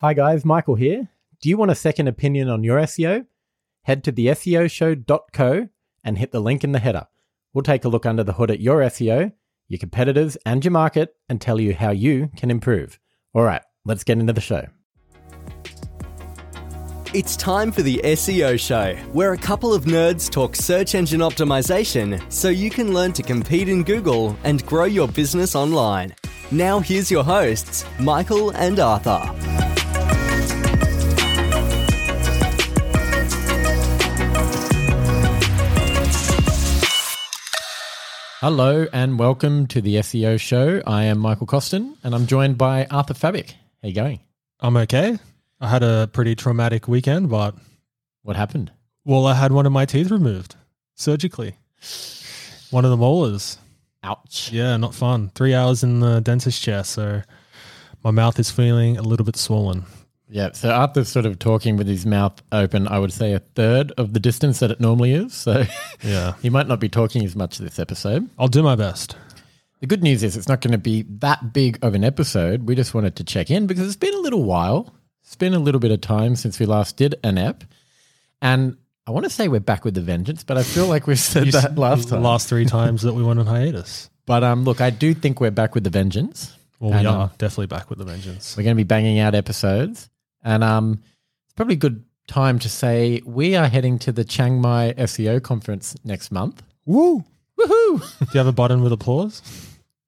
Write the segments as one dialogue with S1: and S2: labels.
S1: Hi guys, Michael here. Do you want a second opinion on your SEO? Head to the SEOshow.co and hit the link in the header. We'll take a look under the hood at your SEO, your competitors, and your market and tell you how you can improve. All right, let's get into the show.
S2: It's time for the SEO Show, where a couple of nerds talk search engine optimization so you can learn to compete in Google and grow your business online. Now, here's your hosts, Michael and Arthur.
S1: Hello and welcome to the SEO show. I am Michael Costin and I'm joined by Arthur Fabic. How you going?
S3: I'm okay. I had a pretty traumatic weekend, but
S1: What happened?
S3: well, I had one of my teeth removed surgically. One of the molars.
S1: Ouch.
S3: Yeah, not fun. Three hours in the dentist chair, so my mouth is feeling a little bit swollen.
S1: Yeah, so Arthur's sort of talking with his mouth open, I would say a third of the distance that it normally is. So
S3: Yeah,
S1: he might not be talking as much this episode.
S3: I'll do my best.
S1: The good news is it's not going to be that big of an episode. We just wanted to check in because it's been a little while. It's been a little bit of time since we last did an ep. And I want to say we're back with the vengeance, but I feel like we've said that last time.
S3: Last three times that we went on hiatus.
S1: But um, look, I do think we're back with the vengeance.
S3: Well, we
S1: And, um,
S3: are definitely back with the vengeance.
S1: We're going to be banging out episodes. And um, it's probably a good time to say we are heading to the Chiang Mai SEO conference next month.
S3: Woo!
S1: Woohoo!
S3: Do you have a button with applause?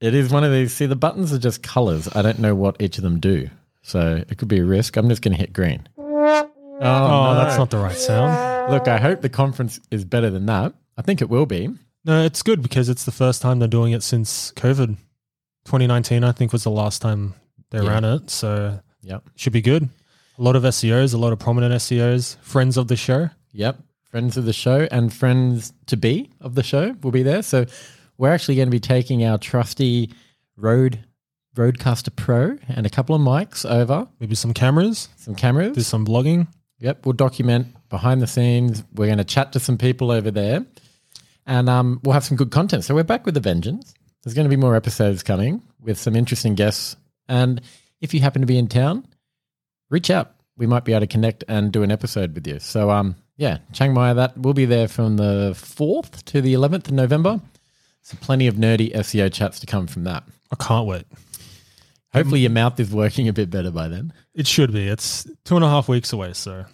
S1: It is one of these. See, the buttons are just colors. I don't know what each of them do. So it could be a risk. I'm just going to hit green. Oh, no.
S3: Oh, that's not the right sound.
S1: Look, I hope the conference is better than that. I think it will be.
S3: No, it's good because it's the first time they're doing it since COVID. 2019, I think, was the last time they
S1: Yeah.
S3: ran it. So
S1: Yep.
S3: should be good. A lot of SEOs, a lot of prominent SEOs, friends of the show.
S1: Yep. Friends of the show and friends to be of the show will be there. So we're actually going to be taking our trusty Rode Rodecaster Pro and a couple of mics over,
S3: Maybe some cameras,
S1: some cameras.
S3: do some blogging.
S1: Yep, we'll document behind the scenes. We're going to chat to some people over there, and um, we'll have some good content. So we're back with a vengeance. There's going to be more episodes coming with some interesting guests. And if you happen to be in town, reach out. We might be able to connect and do an episode with you. So um, yeah, Chiang Mai. That we'll be there from the fourth to the eleventh of November. So plenty of nerdy SEO chats to come from that.
S3: I can't wait.
S1: Hopefully, your mouth is working a bit better by then.
S3: It should be. It's two and a half weeks away. So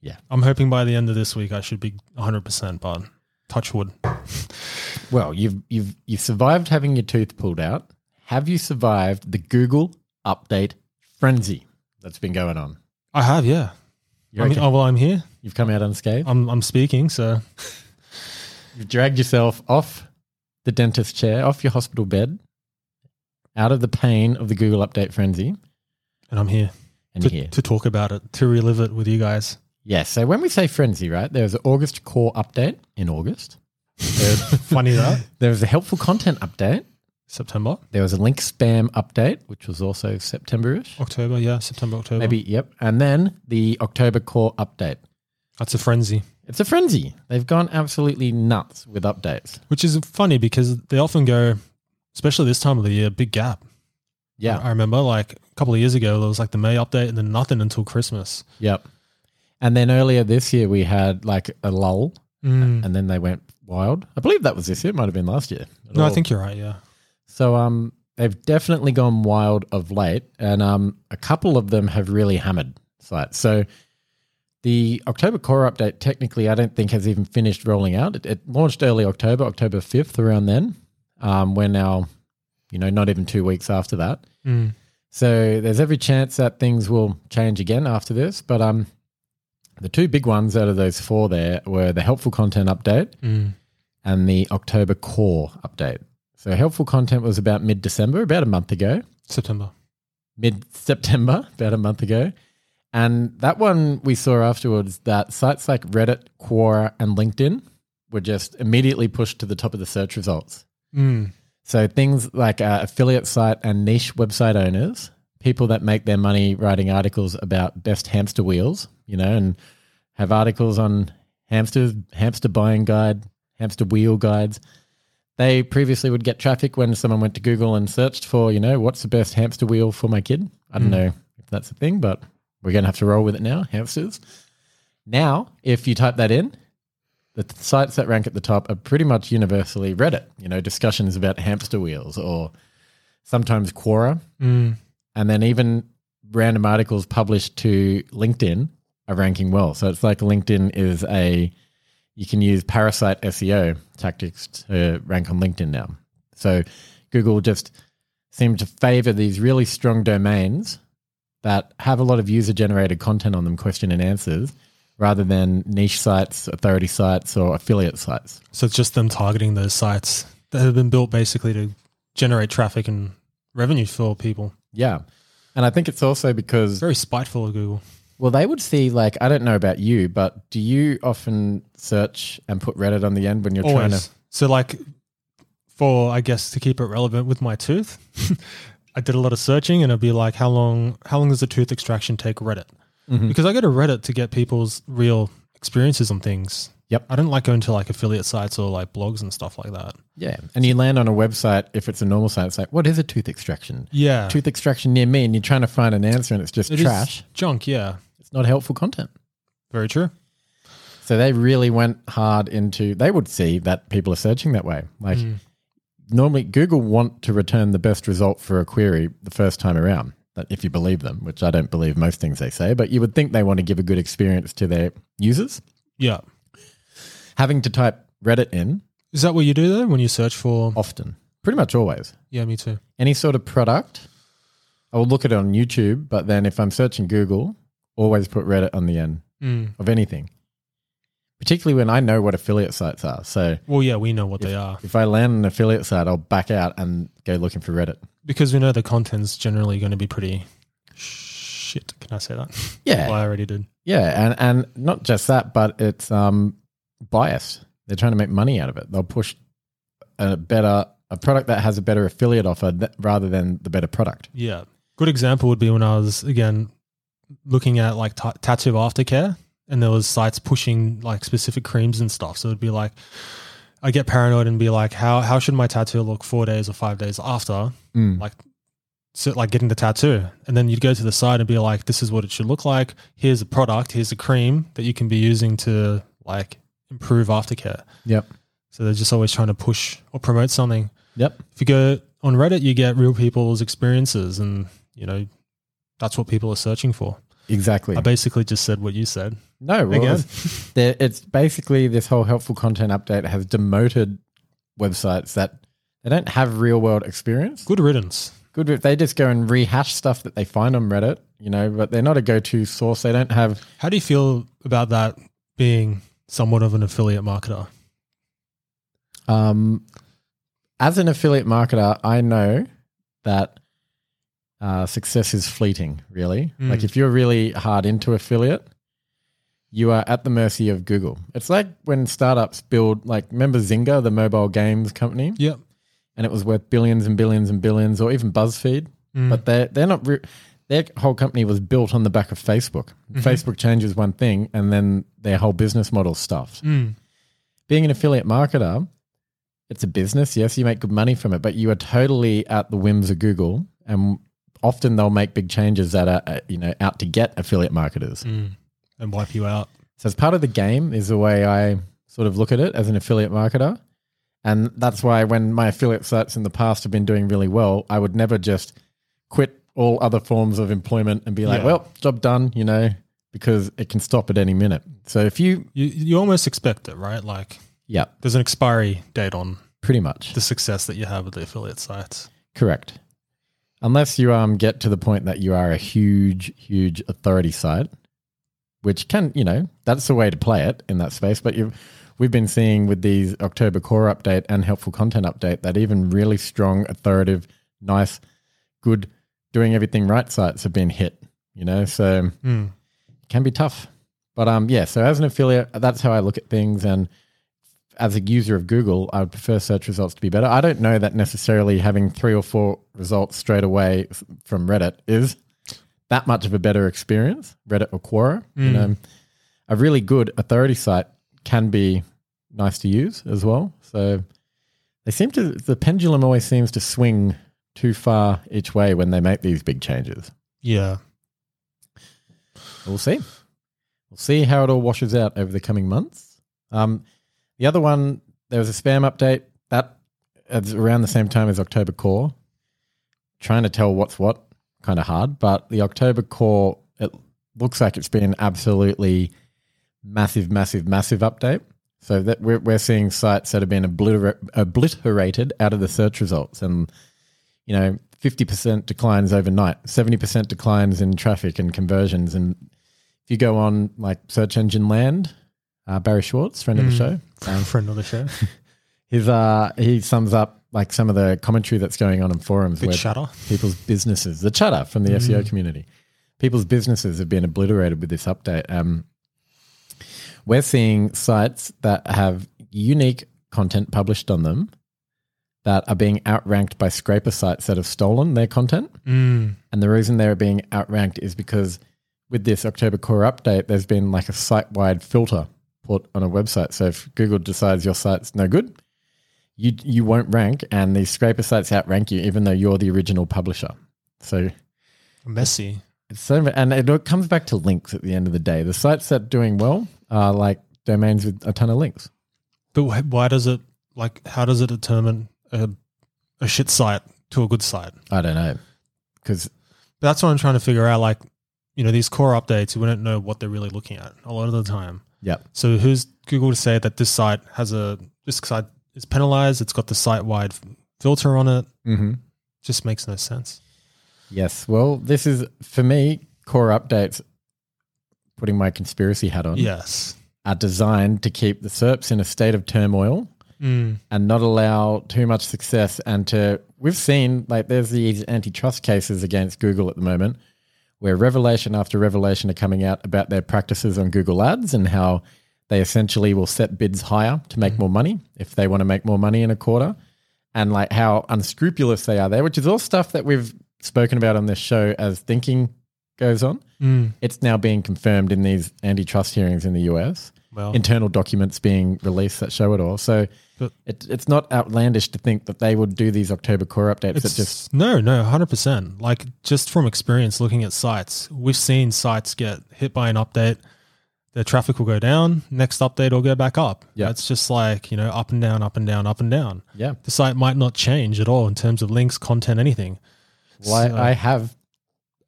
S1: Yeah.
S3: I'm hoping by the end of this week I should be 100%, but touch wood.
S1: Well, you've you've you've survived having your tooth pulled out. Have you survived the Google update frenzy that's been going on?
S3: I have, yeah.
S1: You
S3: I mean,
S1: reckon
S3: oh, well, I'm here.
S1: you've come out unscathed.
S3: I'm, I'm speaking. So
S1: You've dragged yourself off the dentist chair, off your hospital bed, out of the pain of the Google update frenzy,
S3: and I'm here
S1: and
S3: to,
S1: here.
S3: to talk about it, to relive it with you guys.
S1: Yes. So when we say frenzy, right? There was an August core update in August.
S3: Funny that.
S1: There was a helpful content update.
S3: September,
S1: There was a link spam update, which was also September-ish.
S3: October. Yeah, September, October.
S1: Maybe, yep. And then the October core update.
S3: That's a frenzy.
S1: It's a frenzy. They've gone absolutely nuts with updates.
S3: which is funny because they often go, especially this time of the year, big gap.
S1: Yeah.
S3: I remember like a couple of years ago, there was like the May update and then nothing until Christmas.
S1: Yep. And then earlier this year, we had like a lull
S3: Mm.
S1: and then they went wild. I believe that was this year. It might have been last year.
S3: No, I think you're right. Yeah.
S1: So, um, they've definitely gone wild of late. And, um, a couple of them have really hammered sites. So, the October core update, technically, I don't think has even finished rolling out. It, it launched early October, October 5th, around then. Um, we're now, you know, not even two weeks after that.
S3: Mm.
S1: So there's every chance that things will change again after this. But um, the two big ones out of those four there were the helpful content update
S3: Mm.
S1: and the October core update. So helpful content was about mid December, about a month ago,
S3: September.
S1: mid September, about a month ago. And that one we saw afterwards that sites like Reddit, Quora, and LinkedIn were just immediately pushed to the top of the search results.
S3: Mm.
S1: So things like uh, affiliate site and niche website owners, people that make their money writing articles about best hamster wheels, you know, and have articles on hamsters, hamster buying guide, hamster wheel guides. They previously would get traffic when someone went to Google and searched for, you know, what's the best hamster wheel for my kid. I don't know if that's a thing, but We're going to have to roll with it now, hamsters. Now, if you type that in, the th- sites that rank at the top are pretty much universally Reddit. You know, discussions about hamster wheels or sometimes Quora,
S3: Mm.
S1: and then even random articles published to LinkedIn are ranking well. So it's like LinkedIn is a you can use parasite SEO tactics to rank on LinkedIn now. So Google just seemed to favor these really strong domains that have a lot of user generated content on them, question and answers, rather than niche sites, authority sites, or affiliate sites.
S3: So it's just them targeting those sites that have been built basically to generate traffic and revenue for people.
S1: Yeah. And I think it's also
S3: It's
S1: because
S3: very spiteful of Google.
S1: Well, they would see like I don't know about you, but do you often search and put Reddit on the end when you're trying
S3: Always.
S1: to?
S3: So like for I guess to keep it relevant with my tooth, I did a lot of searching and it'd be like how long how long does a tooth extraction take Reddit?
S1: Mhm.
S3: Because I go to Reddit to get people's real experiences on things.
S1: Yep.
S3: I don't like going to like affiliate sites or like blogs and stuff like that.
S1: Yeah, and you land on a website if it's a normal site. It's like, what is a tooth extraction?
S3: Yeah.
S1: Tooth extraction near me, and you're trying to find an answer, and it's just
S3: It is
S1: trash.
S3: junk, yeah.
S1: It's not helpful content.
S3: Very true.
S1: So they really went hard into. They would see that people are searching that way. Like
S3: Mm.
S1: normally, Google want to return the best result for a query the first time around. That if you believe them, which I don't believe most things they say, but you would think they want to give a good experience to their users.
S3: Yeah.
S1: having to type Reddit in
S3: Is that what you do though when you search for
S1: often, pretty much always.
S3: Yeah, me too.
S1: Any sort of product, I will look at it on YouTube, but then if I'm searching Google, always put Reddit on the end
S3: Mm.
S1: of anything, particularly when I know what affiliate sites are. So
S3: Well, yeah, we know what they are
S1: if I land on an affiliate site, I'll back out and go looking for Reddit.
S3: because we know the content's generally going to be pretty shit. Can I say that?
S1: Yeah.
S3: well, I already did.
S1: Yeah, and and not just that, but it's um biased. They're trying to make money out of it. They'll push a better a product that has a better affiliate offer th- rather than the better product.
S3: Yeah. Good example would be when I was again looking at like t- tattoo aftercare, and there was sites pushing like specific creams and stuff. So it'd be like, I get paranoid and be like, how how should my tattoo look four days or five days after?
S1: Mm.
S3: Like. So like getting the tattoo, and then you'd go to the site and be like, "This is what it should look like. Here's a product. Here's a cream that you can be using to like improve aftercare."
S1: Yep.
S3: So they're just always trying to push or promote something.
S1: Yep.
S3: If you go on Reddit, you get real people's experiences, and you know that's what people are searching for.
S1: Exactly.
S3: I basically just said what you said.
S1: no, well,
S3: Again.
S1: it's, there- it's basically this whole helpful content update has demoted websites that they don't have real world experience.
S3: Good riddance.
S1: Good if they just go and rehash stuff that they find on Reddit, you know, but they're not a go to source. They don't have
S3: How do you feel about that being somewhat of an affiliate marketer?
S1: Um, as an affiliate marketer, I know that uh, success is fleeting, really.
S3: Mm.
S1: Like, if you're really hard into affiliate, you are at the mercy of Google. It's like when startups build, like, remember Zynga, the mobile games company?
S3: Yep.
S1: And it was worth billions and billions and billions, or even BuzzFeed.
S3: Mm.
S1: But they're, they're not, re- their whole company was built on the back of Facebook. Facebook changes one thing, and then their whole business model's stuffed
S3: Mm.
S1: being an affiliate marketer, it's a business. Yes, you make good money from it, but you are totally at the whims of Google, and often they'll make big changes that are uh, you know out to get affiliate marketers.
S3: mm. And wipe you out.
S1: So as part of the game is the way I sort of look at it as an affiliate marketer, and that's why when my affiliate sites in the past have been doing really well, I would never just quit all other forms of employment and be like,
S3: Yeah.
S1: well, job done, you know, because it can stop at any minute. So if you,
S3: You you almost expect it, right? Like
S1: yeah,
S3: there's an expiry date on
S1: pretty much.
S3: the success that you have with the affiliate sites.
S1: Correct. Unless you um get to the point that you are a huge, huge authority site, which can you know that's the way to play it in that space. But you, we've been seeing with these October core update and helpful content update that even really strong, authoritative, nice, good, doing everything right sites have been hit. You know, so
S3: Mm.
S1: can be tough. But um, yeah. So as an affiliate, that's how I look at things. And as a user of Google, I would prefer search results to be better. I don't know that necessarily having three or four results straight away f- from Reddit is that much of a better experience. Reddit or Quora, you
S3: Mm.
S1: know, a really good authority site can be nice to use as well. So they seem to the pendulum always seems to swing too far each way when they make these big changes.
S3: Yeah.
S1: We'll see. We'll see how it all washes out over the coming months. Um, the other one, there was a spam update that is around the same time as October Core. Trying to tell what's what, kind of hard, but the October Core, it looks like it's been absolutely massive, massive, massive update. So that we're, we're seeing sites that have been obliter- obliterated out of the search results and you know, 50% declines overnight, 70% declines in traffic and conversions. And if you go on like search engine land, uh, Barry Schwartz, friend of the
S3: Mm.
S1: show, um,
S3: for another show.
S1: his, uh, he sums up like some of the commentary that's going on in forums
S3: Bit shatter.
S1: people's businesses, the chatter from the SEO community, people's businesses have been obliterated with this update. Um, we're seeing sites that have unique content published on them that are being outranked by scraper sites that have stolen their content.
S3: Mm.
S1: And the reason they're being outranked is because with this October core update, there's been like a site wide filter put on a website. So if Google decides your site's no good, you you won't rank, and these scraper sites outrank you, even though you're the original publisher. So
S3: Messy.
S1: it's so, and it all comes back to links at the end of the day. The sites that are doing well are like domains with a ton of links.
S3: But wh- why does it like? How does it determine a, a shit site to a good site?
S1: I don't know because
S3: That's what I'm trying to figure out. Like, you know, these core updates, we don't know what they're really looking at a lot of the time.
S1: yeah,
S3: So who's Google to say that this site has a this site is penalized? It's got the site wide filter on it.
S1: mm-hmm.
S3: Just makes no sense.
S1: yes. Well, this is for me core updates. Putting my conspiracy hat on,
S3: Yes.
S1: are designed to keep the SERPs in a state of turmoil
S3: Mm.
S1: and not allow too much success. And to we've seen like there's these antitrust cases against Google at the moment, where revelation after revelation are coming out about their practices on Google Ads and how they essentially will set bids higher to make more money if they want to make more money in a quarter, and like how unscrupulous they are there, which is all stuff that we've spoken about on this show as thinking goes on.
S3: Mm.
S1: It's now being confirmed in these antitrust hearings in the US
S3: Well,
S1: Oh. internal documents being released that show it all. So
S3: But-
S1: it, it's not outlandish to think that they would do these October core updates that just
S3: it's just no, no, hundred percent. Like just from experience, looking at sites, we've seen sites get hit by an update. Their traffic will go down. Next update will go back up.
S1: Yeah.
S3: it's just like you know, up and down, up and down, up and down.
S1: yeah.
S3: The site might not change at all in terms of links, content, anything.
S1: Well, I-
S3: So-
S1: I, have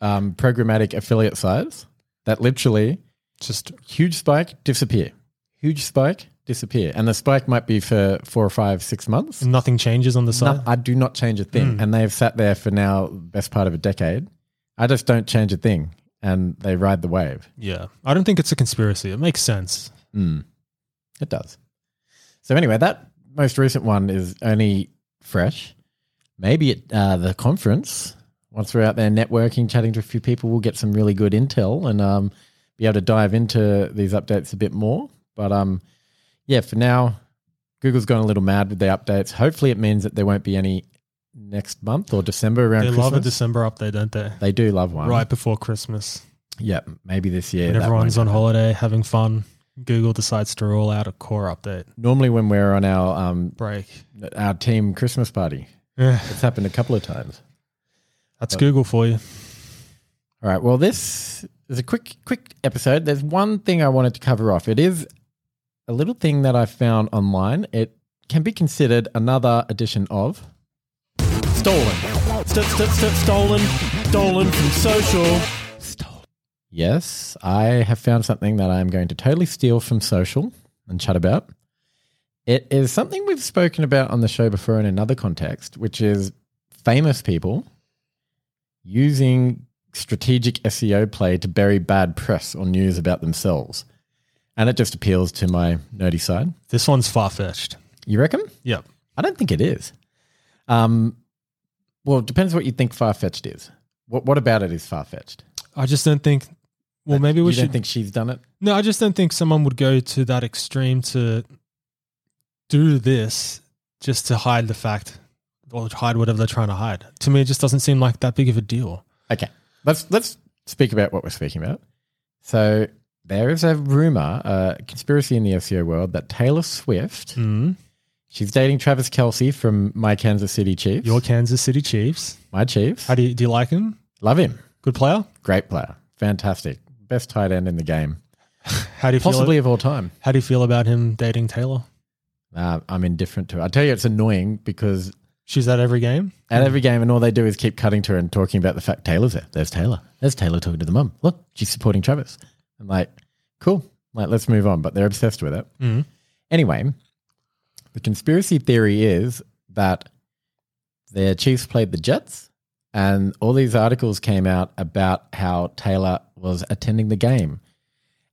S1: um, programmatic affiliate sites that literally
S3: Just
S1: huge spike disappear, huge spike disappear, and the spike might be for four or five, six months.
S3: nothing changes on the
S1: No,
S3: site.
S1: I do not change a
S3: Mm.
S1: thing, and they've sat there for now best part of a decade. I just don't change a thing, and they ride the wave.
S3: Yeah, I don't think it's a conspiracy. It makes sense.
S1: Mm. It does. So anyway, that most recent one is only fresh. Maybe at uh, the conference, once we're out there networking, chatting to a few people, we'll get some really good intel and um, be able to dive into these updates a bit more. But um, yeah, for now, Google's gone a little mad with their updates. Hopefully, it means that there won't be any next month or December around
S3: they
S1: Christmas.
S3: love a December update, don't they?
S1: they do love one,
S3: Right before Christmas,
S1: Yeah, maybe this year.
S3: when
S1: that
S3: everyone's
S1: won't
S3: on
S1: happen.
S3: holiday having fun, Google decides to roll out a core update
S1: Normally, when we're on our um,
S3: break.
S1: our team Christmas party.
S3: Yeah,
S1: It's happened a couple of times.
S3: that's Google for you.
S1: All right. Well, this is a quick, quick episode. There's one thing I wanted to cover off. It is a little thing that I found online. It can be considered another edition of
S4: Stolen. St- st- st- stolen. Stolen from social.
S1: Yes, I have found something that I'm going to totally steal from social and chat about. It is something we've spoken about on the show before in another context, which is famous people using strategic SEO play to bury bad press or news about themselves. And it just appeals to my nerdy side.
S3: This one's far fetched.
S1: You reckon?
S3: Yep.
S1: I don't think it is. Um, well, it depends what you think far fetched is. What, what about it is far fetched?
S3: I just don't think. Well, maybe we
S1: You
S3: should.
S1: don't think she's done it?
S3: no, I just don't think someone would go to that extreme to do this just to hide the fact or hide whatever they're trying to hide. To me, it just doesn't seem like that big of a deal.
S1: Okay. Let's let's speak about what we're speaking about. So there is a rumor, a conspiracy in the SEO world that Taylor Swift,
S4: Mm-hmm.
S3: Mm.
S1: she's dating Travis Kelsey from my Kansas City Chiefs.
S3: Your Kansas City Chiefs.
S1: my Chiefs.
S3: How do you do you like him?
S1: Love him.
S3: Good player?
S1: Great player. Fantastic. best tight end in the game,
S3: How do you
S1: possibly
S3: feel?
S1: of all time.
S3: How do you feel about him dating Taylor?
S1: Uh, I'm indifferent to it. I tell you, it's annoying because
S3: She's at every game.
S1: at every game, and all they do is keep cutting to her and talking about the fact Taylor's there. There's Taylor. There's Taylor talking to the mum. Look, she's supporting Travis. I'm like, cool. Like, let's move on. But they're obsessed with it.
S3: Mhm.
S1: Anyway, the conspiracy theory is that the Chiefs played the Jets, and all these articles came out about how Taylor was attending the game.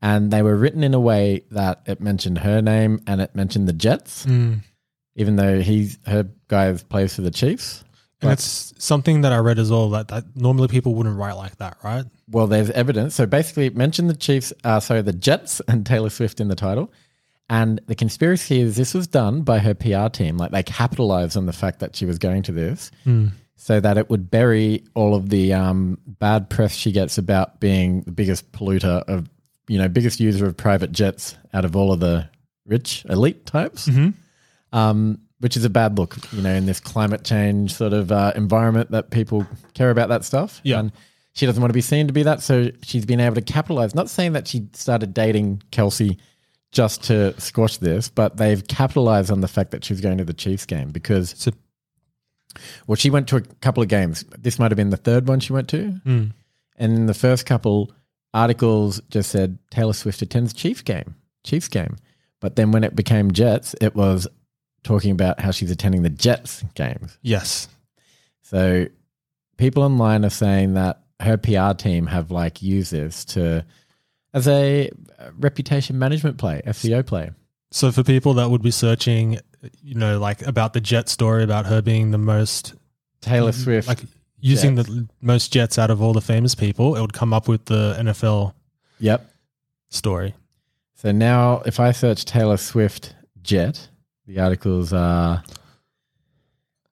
S1: And they were written in a way that it mentioned her name and it mentioned the Jets,
S3: Mm.
S1: even though he's her guy plays for the Chiefs.
S3: And
S1: Right.
S3: it's something that I read as well that, that normally people wouldn't write like that, right?
S1: Well, there's evidence. So basically, it mentioned the Chiefs, uh, sorry, the Jets and Taylor Swift in the title. And the conspiracy is this was done by her PR team. Like they capitalized on the fact that she was going to this so that it would bury all of the um, bad press she gets about being the biggest polluter of, you know, biggest user of private jets out of all of the rich elite types, um, which is a bad look, you know, in this climate change sort of uh, environment that people care about that stuff.
S3: Yeah.
S1: And she doesn't want to be seen to be that. So she's been able to capitalize, not saying that she started dating Kelsey just to squash this, but they've capitalized on the fact that she's going to the Chiefs game because
S3: So
S1: well, she went to a couple of games. This might have been the third one she went to. And in the first couple articles just said Taylor Swift attends Chiefs game, Chiefs game. But then when it became Jets, it was talking about how she's attending the Jets games.
S3: yes,
S1: So people online are saying that her PR team have like used this to as a uh, reputation management play, SEO play.
S3: So for people that would be searching, you know, like about the Jet story about her being the most
S1: Taylor Swift
S3: Mm-hmm. like using the most Jets out of all the famous people, it would come up with the NFL
S1: Yep.
S3: story.
S1: So now, if I search Taylor Swift jet, the articles are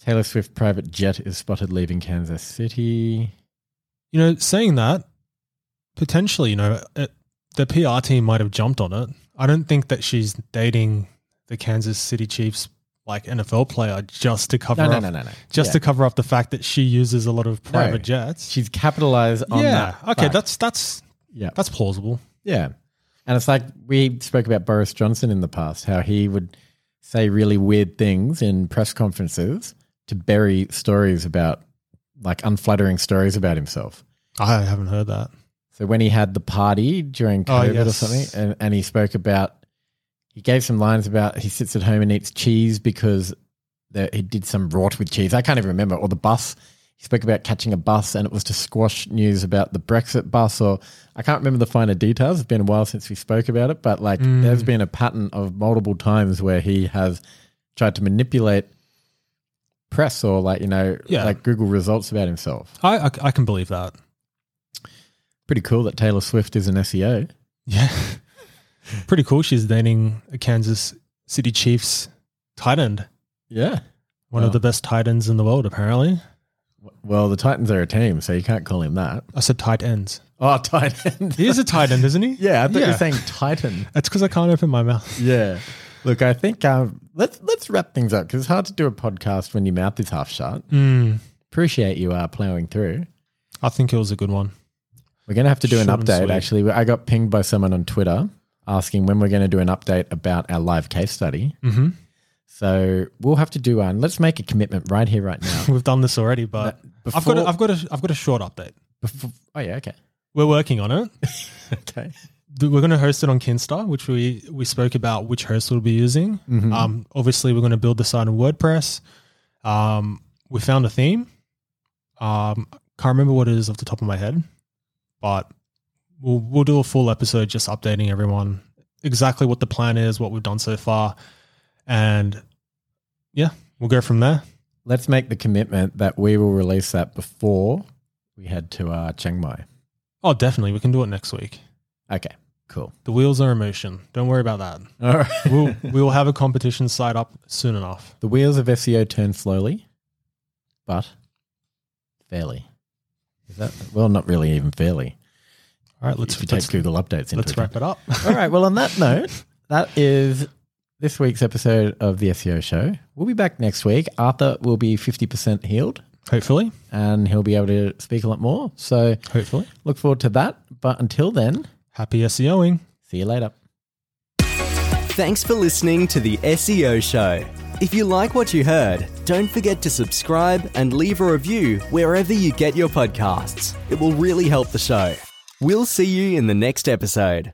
S1: Taylor Swift private jet is spotted leaving Kansas City.
S3: You know, saying that potentially, you know, it, the PR team might have jumped on it. I don't think that she's dating the Kansas City Chiefs like NFL player just to cover
S1: No, no,
S3: up
S1: no, no, no.
S3: just
S1: Yeah.
S3: to cover up the fact that she uses a lot of private jets.
S1: She's capitalized on
S3: yeah.
S1: that.
S3: Okay,
S1: fact.
S3: that's that's
S1: yeah,
S3: that's plausible.
S1: yeah. And it's like we spoke about Boris Johnson in the past, how he would say really weird things in press conferences to bury stories about, like unflattering stories about himself.
S3: I haven't heard that.
S1: So when he had the party during
S3: Oh,
S1: COVID or
S3: yes.
S1: something, and, and he spoke about, he gave some lines about he sits at home and eats cheese because the, he did some rot with cheese. I can't even remember. Or the bus. He spoke about catching a bus and it was to squash news about the Brexit bus. Or I can't remember the finer details. It's been a while since we spoke about it, but like
S3: Mm.
S1: there's been a pattern of multiple times where he has tried to manipulate press or like, you know,
S3: Yeah.
S1: like Google results about himself.
S3: I, I I can believe that.
S1: Pretty cool that Taylor Swift is an E SEO.
S3: Yeah. Pretty cool. She's dating a Kansas City Chiefs tight end,
S1: Yeah.
S3: one
S1: Wow.
S3: of the best tight ends in the world, apparently.
S1: Well, the Titans are a team, so you can't call him that.
S3: I said tight ends.
S1: Oh, tight end.
S3: He is a tight end, isn't he?
S1: yeah, I thought you were
S3: Yeah.
S1: saying Titan.
S3: That's because I can't open my mouth.
S1: Yeah. Look, I think um, let's let's wrap things up because it's hard to do a podcast when your mouth is half shut.
S3: Mm,
S1: Appreciate you uh, plowing through.
S3: I think it was a good one.
S1: We're going to have to do an
S3: Short and
S1: update.
S3: sweet.
S1: Actually, I got pinged by someone on Twitter asking when we're going to do an update about our live case study.
S3: hmm
S1: So we'll have to do one. Let's make a commitment right here, right now.
S3: We've done this already, but I've got
S1: before-
S3: a, I've got a, I've got a short update.
S1: Before- oh yeah, okay,
S3: We're working on it.
S1: okay.
S3: Th- We're going to host it on Kinsta, which we we spoke about which host we'll be using.
S1: Mm-hmm.
S3: Um, obviously, we're going to build the site in WordPress. Um, we found a theme. Um, can't remember what it is off the top of my head, but we'll we'll do a full episode just updating everyone exactly what the plan is, what we've done so far, and yeah, we'll go from there.
S1: Let's make the commitment that we will release that before we head to uh, Chiang Mai.
S3: Oh, definitely, we can do it next week.
S1: Okay, cool.
S3: The wheels are in motion. Don't worry about that.
S1: All right.
S3: We'll we will have a competition site up soon enough.
S1: The wheels of SEO turn slowly, but fairly. Is that well? Not really, even fairly.
S3: All right, let's
S1: if you
S3: let's,
S1: take Google updates into
S3: let's
S1: account.
S3: wrap it up.
S1: All right. Well, on that note, that is this week's episode of the SEO Show. We'll be back next week. Arthur will be fifty percent healed,
S3: Hopefully,
S1: and he'll be able to speak a lot more. So
S3: hopefully.
S1: look forward to that. But until then,
S3: Happy SEOing.
S1: see you later.
S2: Thanks for listening to the SEO Show. If you like what you heard, don't forget to subscribe and leave a review wherever you get your podcasts. It will really help the show. We'll see you in the next episode.